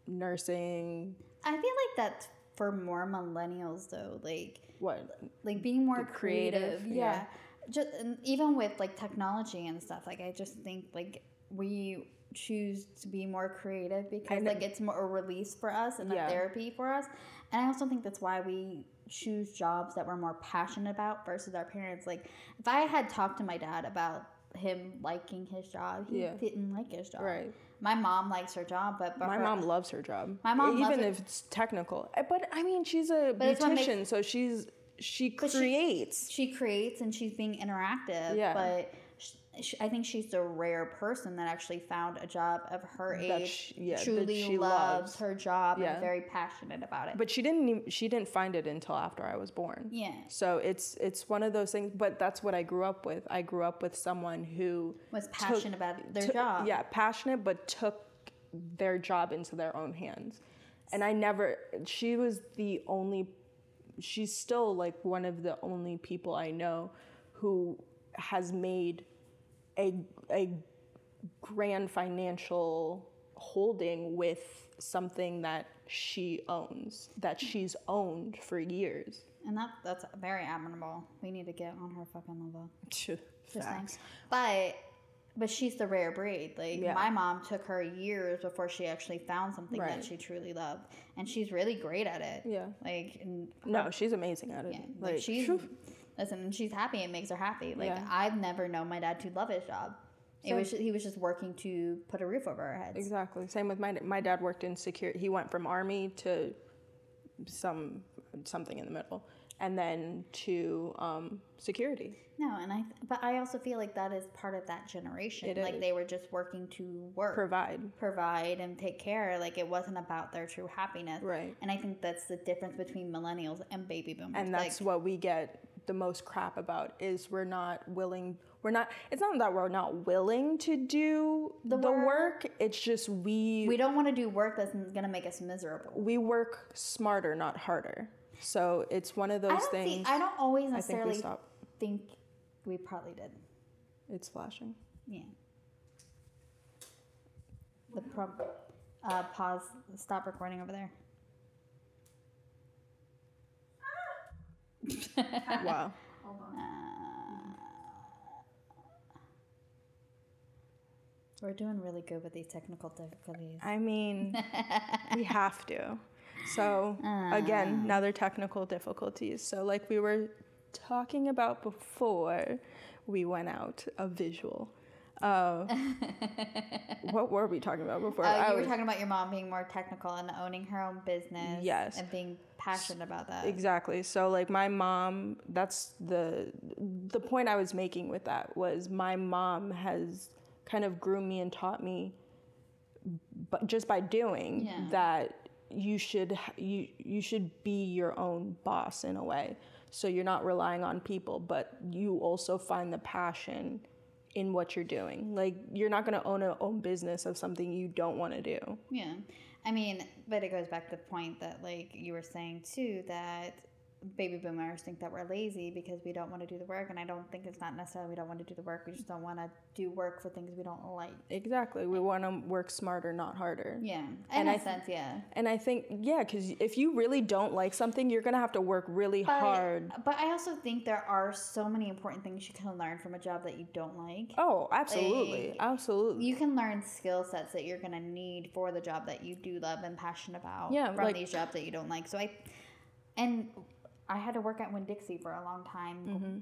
Speaker 2: nursing.
Speaker 1: I feel like that's for more millennials though, like
Speaker 2: What?
Speaker 1: like being more creative,
Speaker 2: creative,
Speaker 1: yeah, just and even with like technology and stuff like i just think like we choose to be more creative because
Speaker 2: know.
Speaker 1: like it's more a release for us and
Speaker 2: Yeah.
Speaker 1: a therapy for us and i also think that's why we choose jobs that we're more passionate about versus our parents like if i had talked to my dad about him liking his job he
Speaker 2: Yeah.
Speaker 1: didn't like his job
Speaker 2: Right.
Speaker 1: my mom likes her job but, but
Speaker 2: My
Speaker 1: her-
Speaker 2: mom loves her job.
Speaker 1: My mom loves
Speaker 2: even
Speaker 1: it.
Speaker 2: if it's technical. Uh, But I mean, she's a
Speaker 1: But it's what makes-
Speaker 2: beautician, so she's
Speaker 1: she-
Speaker 2: she creates.
Speaker 1: she creates and she's being interactive.
Speaker 2: Yeah.
Speaker 1: But sh sh I think she's the rare person that actually found a job of her
Speaker 2: That
Speaker 1: age.
Speaker 2: sh- yeah, that
Speaker 1: truly
Speaker 2: she
Speaker 1: loves
Speaker 2: loves.
Speaker 1: her job and
Speaker 2: Yeah.
Speaker 1: very passionate about it.
Speaker 2: but she didn't even, she didn't find it until after I was born.
Speaker 1: yeah,
Speaker 2: So it's it's one of those things, but that's what I grew up with. I grew up with someone who
Speaker 1: was passionate about their
Speaker 2: took-
Speaker 1: job.
Speaker 2: Yeah, passionate but took their job into their own hands. And I never she was the only she's still like one of the only people I know who has made a a grand financial holding with something that she owns that she's owned for years.
Speaker 1: and that that's very admirable. We need to get on her fucking level. Just saying.
Speaker 2: Facts.
Speaker 1: But but she's the rare breed. Like
Speaker 2: Yeah.
Speaker 1: my mom took her years before she actually found something
Speaker 2: Right.
Speaker 1: that she truly loved, and she's really great at it.
Speaker 2: Yeah.
Speaker 1: Like and
Speaker 2: No, she's amazing at it.
Speaker 1: Yeah, like,
Speaker 2: like,
Speaker 1: she's
Speaker 2: phew.
Speaker 1: listen, and she's happy. It makes her happy. Like
Speaker 2: Yeah.
Speaker 1: I've never known my dad to love his job. It was he was just working to put a roof over our heads.
Speaker 2: Exactly. Same with my my dad worked in security. He went from army to some something in the middle, and then to um, security.
Speaker 1: No, and I but I also feel like that is part of that generation.
Speaker 2: It
Speaker 1: like
Speaker 2: is.
Speaker 1: they were just working to work,
Speaker 2: Provide.
Speaker 1: provide and take care. Like it wasn't about their true happiness.
Speaker 2: Right.
Speaker 1: And I think that's the difference between millennials and baby boomers.
Speaker 2: And that's
Speaker 1: like,
Speaker 2: what we get the most crap about is we're not willing we're not it's not that we're not willing to do the,
Speaker 1: work.
Speaker 2: work it's just we
Speaker 1: we don't want to do work that's going to make us miserable.
Speaker 2: we work smarter, not harder. So it's one of
Speaker 1: I
Speaker 2: those
Speaker 1: don't
Speaker 2: things.
Speaker 1: think I don't always
Speaker 2: I think
Speaker 1: necessarily
Speaker 2: we stop.
Speaker 1: think we probably did.
Speaker 2: It's flashing.
Speaker 1: Yeah. The prob uh, pause. Stop recording over there.
Speaker 2: Wow.
Speaker 1: Uh, We're doing really good with these technical difficulties.
Speaker 2: I mean, we have to. So
Speaker 1: Ah.
Speaker 2: again, another technical difficulties. So like we were talking about before we went out, a visual. Uh, what were we talking about before?
Speaker 1: Uh,
Speaker 2: I
Speaker 1: you were
Speaker 2: was-
Speaker 1: talking about your mom being more technical and owning her own business.
Speaker 2: Yes.
Speaker 1: And being passionate about that.
Speaker 2: Exactly. So like my mom, that's the the point I was making with that was my mom has kind of groomed me and taught me but just by doing
Speaker 1: Yeah.
Speaker 2: that you should h- you you should be your own boss in a way. So you're not relying on people, but you also find the passion in what you're doing. Like you're not going to own a own business of something you don't want to do.
Speaker 1: Yeah. I mean, but it goes back to the point that, like, you were saying too, that baby boomers think that we're lazy because we don't want to do the work. And I don't think it's not necessarily we don't want to do the work. We just don't want to do work for things we don't like.
Speaker 2: Exactly. We want to work smarter, not harder.
Speaker 1: Yeah. In
Speaker 2: And
Speaker 1: a
Speaker 2: I th-
Speaker 1: sense, yeah.
Speaker 2: And I think, yeah, because if you really don't like something, you're gonna have to work really
Speaker 1: But,
Speaker 2: hard.
Speaker 1: But I also think there are so many important things you can learn from a job that you don't like.
Speaker 2: Oh, absolutely,
Speaker 1: Like,
Speaker 2: absolutely.
Speaker 1: You can learn skill sets that you're gonna need for the job that you do love and passionate about.
Speaker 2: Yeah,
Speaker 1: from
Speaker 2: like-
Speaker 1: these jobs that you don't like. So I, and I had to work at Winn Dixie for a long time
Speaker 2: Mm-hmm.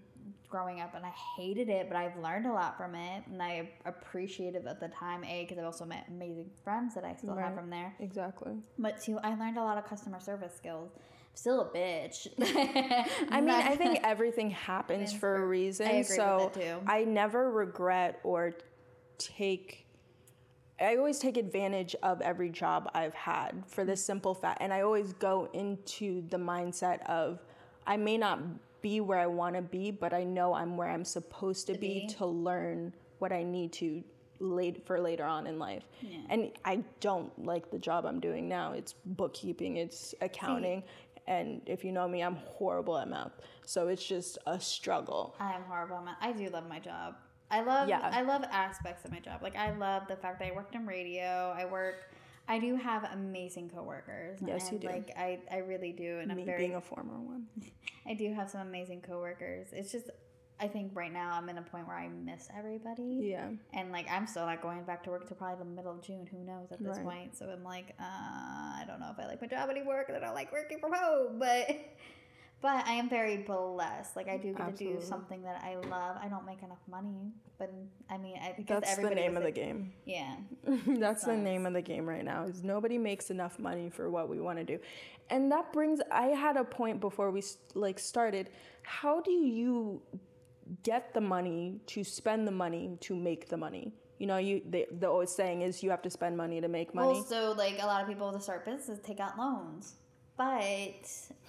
Speaker 1: growing up, and I hated it, but I've learned a lot from it, and I appreciated at the time. A because I've also met amazing friends that I still have
Speaker 2: Right.
Speaker 1: from there.
Speaker 2: exactly.
Speaker 1: But two, I learned a lot of customer service skills. Still a bitch.
Speaker 2: I mean, I think everything happens for a reason.
Speaker 1: agree with
Speaker 2: so
Speaker 1: that too.
Speaker 2: I never regret or take. I always take advantage of every job I've had for the simple fact, and I always go into the mindset of I may not be where I want to be, but I know I'm where I'm supposed to, be,
Speaker 1: be.
Speaker 2: to learn what I need to late for later on in life. And I don't like the job I'm doing now. It's bookkeeping, it's accounting, and if you know me, I'm horrible at math. So it's just a struggle.
Speaker 1: I am horrible. at my- I do love my job. I love
Speaker 2: Yeah.
Speaker 1: I love aspects of my job. Like I love the fact that I worked in radio. I work. I do have amazing coworkers.
Speaker 2: Yes, you
Speaker 1: and,
Speaker 2: do.
Speaker 1: Like I, I really do, and
Speaker 2: Me
Speaker 1: I'm very.
Speaker 2: being a former one.
Speaker 1: I do have some amazing coworkers. It's just, I think right now I'm in a point where I miss everybody.
Speaker 2: Yeah.
Speaker 1: And like I'm still not going back to work till probably the middle of June. Who knows at this
Speaker 2: Right.
Speaker 1: point? So I'm like, uh, I don't know if I like my job anymore because I don't like working from home. But but I am very blessed. Like I do get to
Speaker 2: Absolutely.
Speaker 1: do something that I love. I don't make enough money, but I mean, I because
Speaker 2: That's the
Speaker 1: everybody
Speaker 2: name
Speaker 1: was
Speaker 2: of the
Speaker 1: like-
Speaker 2: game.
Speaker 1: Yeah,
Speaker 2: That's the name of the game right now. Is nobody makes enough money for what we want to do. And that brings I had a point before we s- like started. How do you get the money to spend the money to make the money? You know, you they, the old saying is you have to spend money to make money.
Speaker 1: Also, like a lot of people to start businesses take out loans. But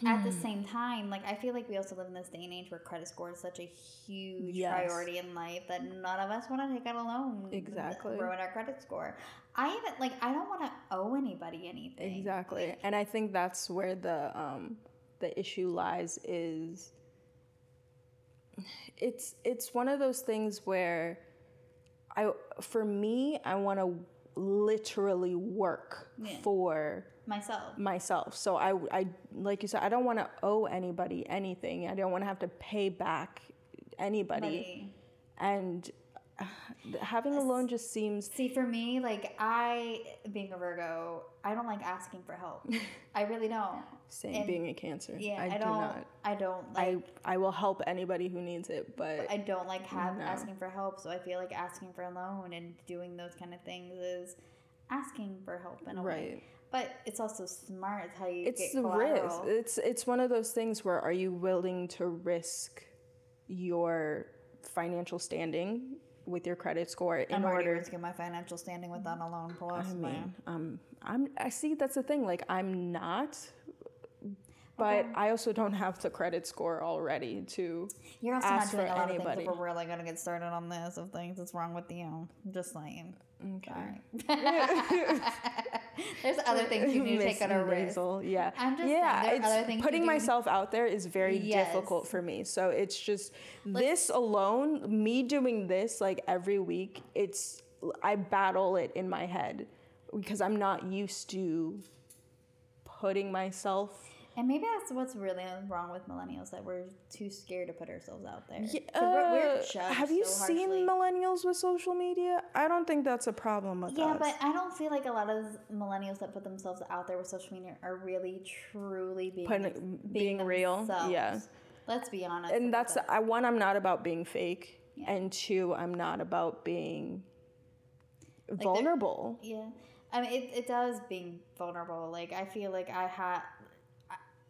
Speaker 1: at
Speaker 2: Hmm.
Speaker 1: the same time, like I feel like we also live in this day and age where credit score is such a huge
Speaker 2: Yes.
Speaker 1: priority in life that none of us want to take out a loan. and
Speaker 2: Exactly.
Speaker 1: Ruin our credit score. I even like I don't want to owe anybody anything.
Speaker 2: Exactly. And I think that's where the um the issue lies is it's it's one of those things where I for me I want to literally work
Speaker 1: Yeah.
Speaker 2: for
Speaker 1: Myself.
Speaker 2: myself. So I I like you said I don't want to owe anybody anything. I don't want to have to pay back anybody
Speaker 1: Money.
Speaker 2: and uh, having a loan just seems
Speaker 1: See, for me, like I being a Virgo, I don't like asking for help. I really don't.
Speaker 2: same
Speaker 1: and-
Speaker 2: being a cancer.
Speaker 1: Yeah, I,
Speaker 2: I,
Speaker 1: don't.
Speaker 2: do not
Speaker 1: I don't like.
Speaker 2: I, I will help anybody who needs it, but
Speaker 1: I don't like have
Speaker 2: No.
Speaker 1: asking for help, so I feel like asking for a loan and doing those kind of things is asking for help in a way.
Speaker 2: right.
Speaker 1: But it's also smart. It's how you
Speaker 2: It's
Speaker 1: get
Speaker 2: the risk.
Speaker 1: collateral.
Speaker 2: It's it's one of those things where are you willing to risk your financial standing with your credit score in
Speaker 1: I'm already
Speaker 2: order
Speaker 1: risking my financial standing with that alone. Plus,
Speaker 2: I
Speaker 1: man.
Speaker 2: mean, um, I'm. I see. That's the thing. Like, I'm not, but I also don't have the credit score already. To
Speaker 1: You're also
Speaker 2: ask
Speaker 1: not doing
Speaker 2: for
Speaker 1: a lot of things
Speaker 2: anybody.
Speaker 1: if we're really gonna get started on this of things that's wrong with you. Just saying.
Speaker 2: okay.
Speaker 1: There's other things you need to take
Speaker 2: Miss
Speaker 1: on a risk.
Speaker 2: Maisel, Yeah.
Speaker 1: I'm just
Speaker 2: yeah.
Speaker 1: saying there are
Speaker 2: it's
Speaker 1: other things you
Speaker 2: putting
Speaker 1: do.
Speaker 2: myself out there is very
Speaker 1: Yes.
Speaker 2: difficult for me. So it's just this alone. Me doing this like every week. It's I battle it in my head because I'm not used to putting myself
Speaker 1: And maybe that's what's really wrong with millennials that we're too scared to put ourselves out there.
Speaker 2: Yeah,
Speaker 1: So we're- we're
Speaker 2: uh,
Speaker 1: judged
Speaker 2: have you
Speaker 1: so
Speaker 2: seen
Speaker 1: harshly.
Speaker 2: millennials with social media? I don't think that's a problem with
Speaker 1: Yeah,
Speaker 2: us.
Speaker 1: but I don't feel like a lot of millennials that put themselves out there with social media are really truly being
Speaker 2: Putting- being real, yeah.
Speaker 1: Let's be honest.
Speaker 2: and
Speaker 1: about
Speaker 2: that's
Speaker 1: that.
Speaker 2: I one. I'm not about being fake,
Speaker 1: Yeah.
Speaker 2: and two, I'm not about being
Speaker 1: they're-
Speaker 2: vulnerable.
Speaker 1: yeah. I mean, it, it does being vulnerable. Like I feel like I had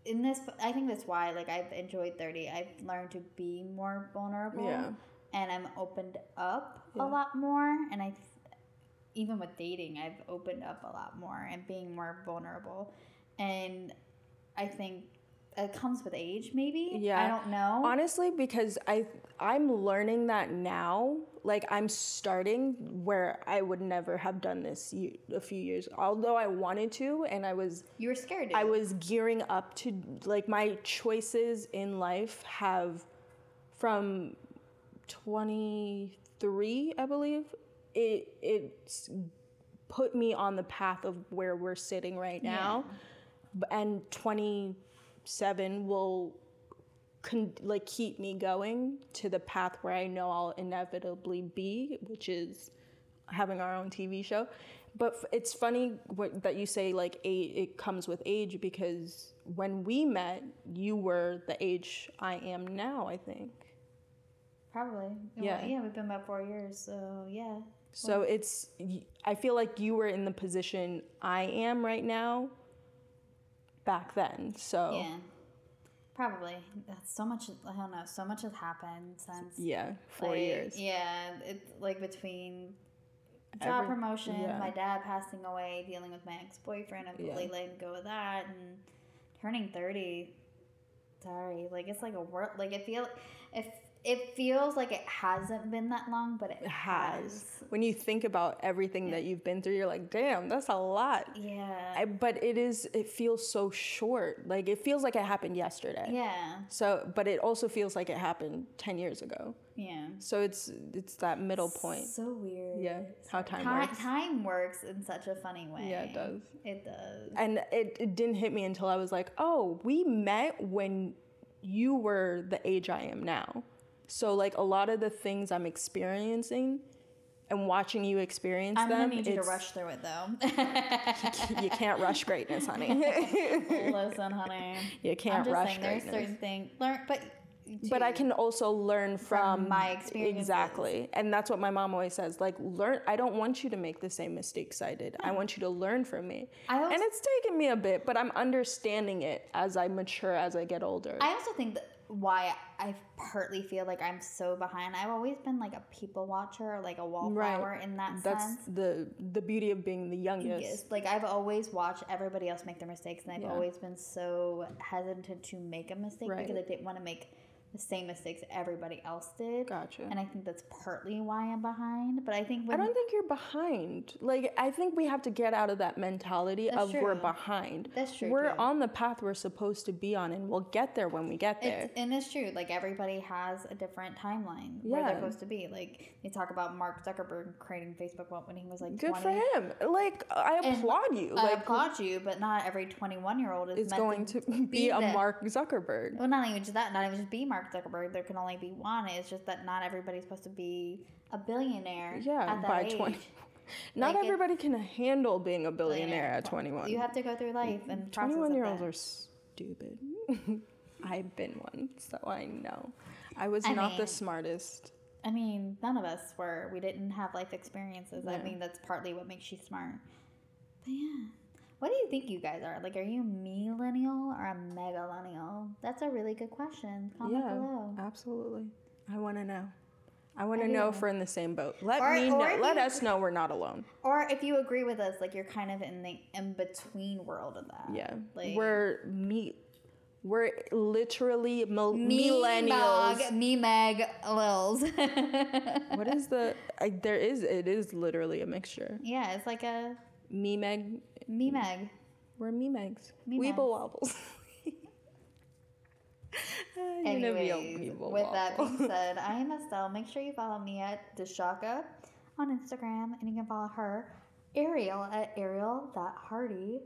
Speaker 1: in this. I think that's why like I've enjoyed thirty. I've learned to be more vulnerable.
Speaker 2: Yeah.
Speaker 1: And I'm opened up a
Speaker 2: Yeah.
Speaker 1: lot more, and I even with dating, I've opened up a lot more and being more vulnerable. And I think it comes with age, maybe.
Speaker 2: Yeah.
Speaker 1: I don't know.
Speaker 2: Honestly, because I I'm learning that now. Like I'm starting where I would never have done this ye- a few years. Although I wanted to, and I was
Speaker 1: you were scared. to
Speaker 2: I
Speaker 1: do it.
Speaker 2: was gearing up to like my choices in life have from 23 I believe it it's put me on the path of where we're sitting right now B- and 27 will con- like keep me going to the path where I know I'll inevitably be, which is having our own TV show. But f- it's funny what, that you say like a- it comes with age because when we met, you were the age I am now. I think
Speaker 1: Probably.
Speaker 2: Yeah.
Speaker 1: Well, yeah, we've been about four years, so yeah.
Speaker 2: so. It's y- I feel like you were in the position I am right now. Back then, so
Speaker 1: Yeah. Probably. That's so much I don't know, so much has happened since
Speaker 2: yeah, four
Speaker 1: like,
Speaker 2: years.
Speaker 1: Yeah. It's like between job
Speaker 2: Every-
Speaker 1: promotion,
Speaker 2: yeah.
Speaker 1: my dad passing away, dealing with my ex boyfriend, I'm
Speaker 2: Yeah.
Speaker 1: completely letting go of that and turning thirty. Sorry. Like it's like a world like it feel if it feels like it hasn't been that long, but it
Speaker 2: has.
Speaker 1: has.
Speaker 2: When you think about everything that you've been through, you're like, damn, that's a lot.
Speaker 1: Yeah.
Speaker 2: I, but it is, it feels so short. Like it feels like it happened yesterday.
Speaker 1: yeah.
Speaker 2: So, but it also feels like it happened 10 years ago.
Speaker 1: Yeah.
Speaker 2: So it's, it's that middle point.
Speaker 1: So weird.
Speaker 2: Yeah. How time
Speaker 1: Ti-
Speaker 2: works.
Speaker 1: Time works in such a funny way.
Speaker 2: Yeah, it does.
Speaker 1: It does.
Speaker 2: And it, it didn't hit me until I was like, oh, we met when you were the age I am now. So like a lot of the things I'm experiencing and watching you experience
Speaker 1: I'm
Speaker 2: them,
Speaker 1: gonna need you to
Speaker 2: it's-
Speaker 1: rush through it though.
Speaker 2: you can't rush greatness, honey.
Speaker 1: Listen, honey.
Speaker 2: you
Speaker 1: I'm
Speaker 2: can't
Speaker 1: just
Speaker 2: rush
Speaker 1: saying there's
Speaker 2: greatness.
Speaker 1: certain things learn, but
Speaker 2: But I
Speaker 1: too,
Speaker 2: can also learn from,
Speaker 1: my experiences.
Speaker 2: Exactly. And that's what my mom always says. Like, learn I don't want you to make the same mistakes I did. I want you to learn from me.
Speaker 1: I also,
Speaker 2: and it's taken me a bit, but I'm understanding it as I mature, as I get older.
Speaker 1: I also think that why I partly feel like I'm so behind. I've always been like a people watcher, like a wallflower in that
Speaker 2: that's
Speaker 1: sense.
Speaker 2: the the beauty of being the youngest.
Speaker 1: Yes, Like I've always watched everybody else make their mistakes, and I've
Speaker 2: Yeah.
Speaker 1: always been so hesitant to make a mistake
Speaker 2: Right.
Speaker 1: because I didn't want to make the same mistakes everybody else did.
Speaker 2: Gotcha.
Speaker 1: And I think that's partly why I'm behind. But I think
Speaker 2: I
Speaker 1: when
Speaker 2: don't think you're behind. Like I think we have to get out of that mentality
Speaker 1: That's
Speaker 2: of we're
Speaker 1: true.
Speaker 2: behind.
Speaker 1: That's true,
Speaker 2: We're
Speaker 1: too.
Speaker 2: on the path we're supposed to be on, and we'll get there when we get there.
Speaker 1: it's, and it's true. Like everybody has a different timeline where
Speaker 2: Yeah.
Speaker 1: they're supposed to be. Like they talk about Mark Zuckerberg creating Facebook when he was like
Speaker 2: Good
Speaker 1: 20.
Speaker 2: for him. Like I
Speaker 1: And
Speaker 2: applaud you.
Speaker 1: I
Speaker 2: Like
Speaker 1: applaud you, but not every 21 year old is
Speaker 2: it's
Speaker 1: meant
Speaker 2: going to be a
Speaker 1: that.
Speaker 2: Mark Zuckerberg.
Speaker 1: Well, not even just that, not even just be Mark Zuckerberg. There can only be one. It's just that not everybody's supposed to be a billionaire.
Speaker 2: Yeah,
Speaker 1: at that
Speaker 2: by
Speaker 1: age.
Speaker 2: twenty. Not
Speaker 1: Like, it-
Speaker 2: everybody can handle being a billionaire
Speaker 1: Billionaire.
Speaker 2: at twenty one.
Speaker 1: You have to go through life and process.
Speaker 2: Twenty one year olds
Speaker 1: that.
Speaker 2: are stupid. I've been one, so I know. I was
Speaker 1: I
Speaker 2: not the
Speaker 1: mean-
Speaker 2: smartest.
Speaker 1: I mean, none of us were. We didn't have life experiences. I
Speaker 2: No.
Speaker 1: mean, that's partly what makes you smart. But yeah, What do you think you guys are? Like, are you millennial or a megallennial? That's a really good question. Comment
Speaker 2: yeah,
Speaker 1: below.
Speaker 2: absolutely. I want to know. I want
Speaker 1: I
Speaker 2: to know
Speaker 1: do.
Speaker 2: if we're in the same boat. Let
Speaker 1: Or-
Speaker 2: me
Speaker 1: or
Speaker 2: know.
Speaker 1: if
Speaker 2: Let
Speaker 1: you-
Speaker 2: us know we're not alone.
Speaker 1: Or if you agree with us, like you're kind of in the in between world of that.
Speaker 2: Yeah,
Speaker 1: Like,
Speaker 2: we're me. We're literally mil-
Speaker 1: me
Speaker 2: millennials.
Speaker 1: Meg, me Meg Lils.
Speaker 2: What is the? I, there is. It is literally a mixture.
Speaker 1: Yeah, it's like a
Speaker 2: Me Meg.
Speaker 1: me Meg.
Speaker 2: We're me Megs.
Speaker 1: Me
Speaker 2: Weeble
Speaker 1: Megs.
Speaker 2: wobbles. I'm gonna be a
Speaker 1: Anyways,
Speaker 2: weeble
Speaker 1: with that
Speaker 2: wobble.
Speaker 1: being said, I am Estelle. Make sure you follow me at Deshaka on Instagram, and you can follow her, Ariel, at ariel.hardy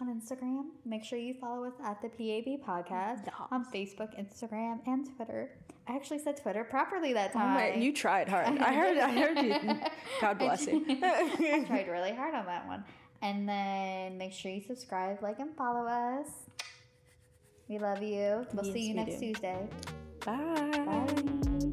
Speaker 1: on Instagram. Make sure you follow us at the PAB Podcast
Speaker 2: Yes.
Speaker 1: on Facebook, Instagram, and Twitter. I actually said Twitter properly that
Speaker 2: Oh my-
Speaker 1: time.
Speaker 2: you tried hard. I heard. I heard you. God bless you.
Speaker 1: I tried really hard on that one. And then make sure you subscribe, like, and follow us. We love you. We'll see
Speaker 2: Yes,
Speaker 1: you
Speaker 2: we
Speaker 1: next
Speaker 2: do.
Speaker 1: Tuesday.
Speaker 2: Bye.
Speaker 1: Bye.